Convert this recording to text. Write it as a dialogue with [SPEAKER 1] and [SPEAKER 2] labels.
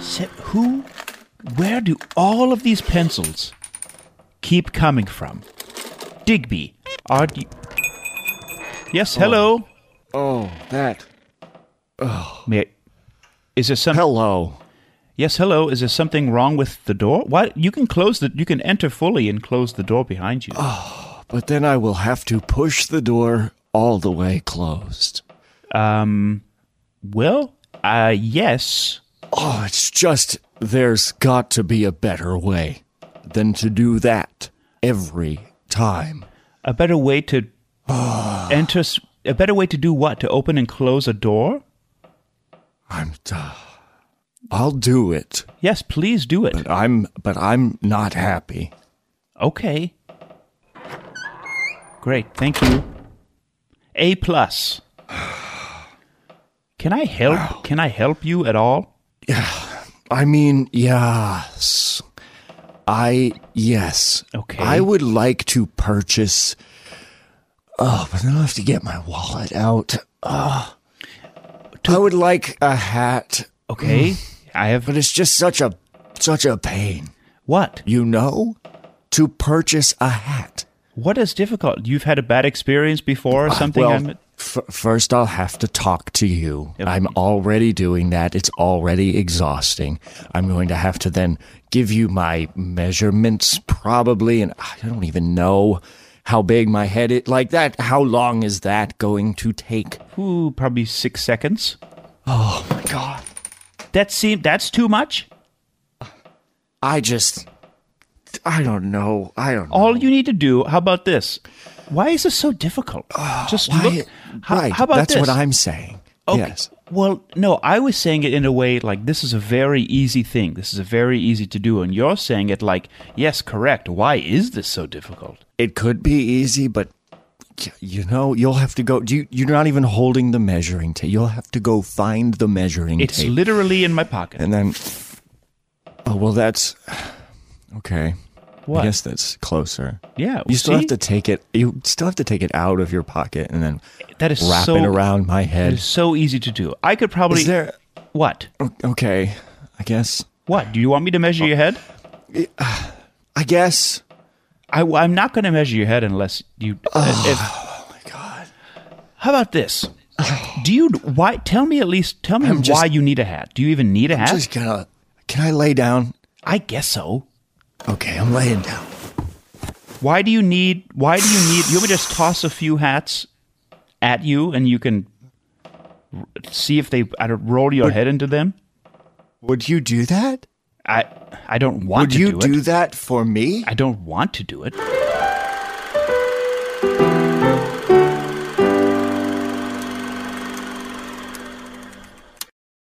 [SPEAKER 1] So who, where do all of these pencils keep coming from? Digby, are you? Yes, hello.
[SPEAKER 2] Oh, that.
[SPEAKER 1] May I, is there some?
[SPEAKER 2] Hello.
[SPEAKER 1] Yes, hello. Is there something wrong with the door? Why you can close the you can enter fully and close the door behind you.
[SPEAKER 2] But then I will have to push the door all the way closed.
[SPEAKER 1] Um, well, uh, yes.
[SPEAKER 2] Oh, it's just there's got to be a better way than to do that every time.
[SPEAKER 1] A better way to enter. s- A better way to do what? To open and close a door?
[SPEAKER 2] I'm. Uh, I'll do it.
[SPEAKER 1] Yes, please do it.
[SPEAKER 2] But I'm. But I'm not happy.
[SPEAKER 1] Okay. Great, thank you. A plus. Can I help? Can I help you at all?
[SPEAKER 2] I mean, yes. I yes.
[SPEAKER 1] Okay.
[SPEAKER 2] I would like to purchase. Oh, but then I have to get my wallet out. Ah. I would like a hat,
[SPEAKER 1] Okay.
[SPEAKER 2] Mm.
[SPEAKER 1] I have
[SPEAKER 2] but it's just such a such a pain,
[SPEAKER 1] what?
[SPEAKER 2] you know, to purchase a hat.
[SPEAKER 1] What is difficult? You've had a bad experience before or something?
[SPEAKER 2] Ah, well,
[SPEAKER 1] I'm-
[SPEAKER 2] f- first I'll have to talk to you. I'm already doing that. It's already exhausting. I'm going to have to then give you my measurements, probably, and I don't even know how big my head is. Like that, how long is that going to take?
[SPEAKER 1] ooh, probably six seconds.
[SPEAKER 2] Oh my god!
[SPEAKER 1] That seem that's too much.
[SPEAKER 2] I just, I don't know. I don't. know.
[SPEAKER 1] All you need to do. How about this? Why is this so difficult? Just
[SPEAKER 2] Ah, Why-
[SPEAKER 1] look. How,
[SPEAKER 2] right.
[SPEAKER 1] how about
[SPEAKER 2] That's
[SPEAKER 1] this?
[SPEAKER 2] what I'm saying. Yes.
[SPEAKER 1] Well, no, I was saying it in a way like this is a very easy thing. This is a very easy to do, and you're saying it like, yes, correct. Why is this so difficult?
[SPEAKER 2] It could be easy, but y- you know, you'll have to go. You, you're not even holding the measuring tape. You'll have to go find the measuring
[SPEAKER 1] It's
[SPEAKER 2] tape.
[SPEAKER 1] literally in my pocket.
[SPEAKER 2] and then, oh well, that's okay.
[SPEAKER 1] What?
[SPEAKER 2] I guess that's closer.
[SPEAKER 1] yeah,
[SPEAKER 2] You still
[SPEAKER 1] see?
[SPEAKER 2] have to take it. You still have to take it out of your pocket and then
[SPEAKER 1] That is
[SPEAKER 2] wrap
[SPEAKER 1] so.
[SPEAKER 2] it around my
[SPEAKER 1] That
[SPEAKER 2] head.
[SPEAKER 1] is so easy to do. I could probably.
[SPEAKER 2] Is there?
[SPEAKER 1] what?
[SPEAKER 2] o- Okay, I guess.
[SPEAKER 1] What? Do you want me to measure your head?
[SPEAKER 2] I guess.
[SPEAKER 1] I, am not going to measure your head unless you. uh, if-
[SPEAKER 2] Oh, God,
[SPEAKER 1] how about this? Do you why? Tell me at least. Tell me
[SPEAKER 2] I'm just-
[SPEAKER 1] why you need a hat. Do you even need a hat?
[SPEAKER 2] I'm just gonna. Can I lay down?
[SPEAKER 1] I guess so.
[SPEAKER 2] Okay, I'm laying down.
[SPEAKER 1] Why do you need? Why do you need? You want me to just toss a few hats at you, and you can r- see if they I don't, roll your head into them.
[SPEAKER 2] Would you do that?
[SPEAKER 1] I I don't want
[SPEAKER 2] Would
[SPEAKER 1] to
[SPEAKER 2] you
[SPEAKER 1] do,
[SPEAKER 2] do
[SPEAKER 1] it.
[SPEAKER 2] that for me?
[SPEAKER 1] I don't want to do it.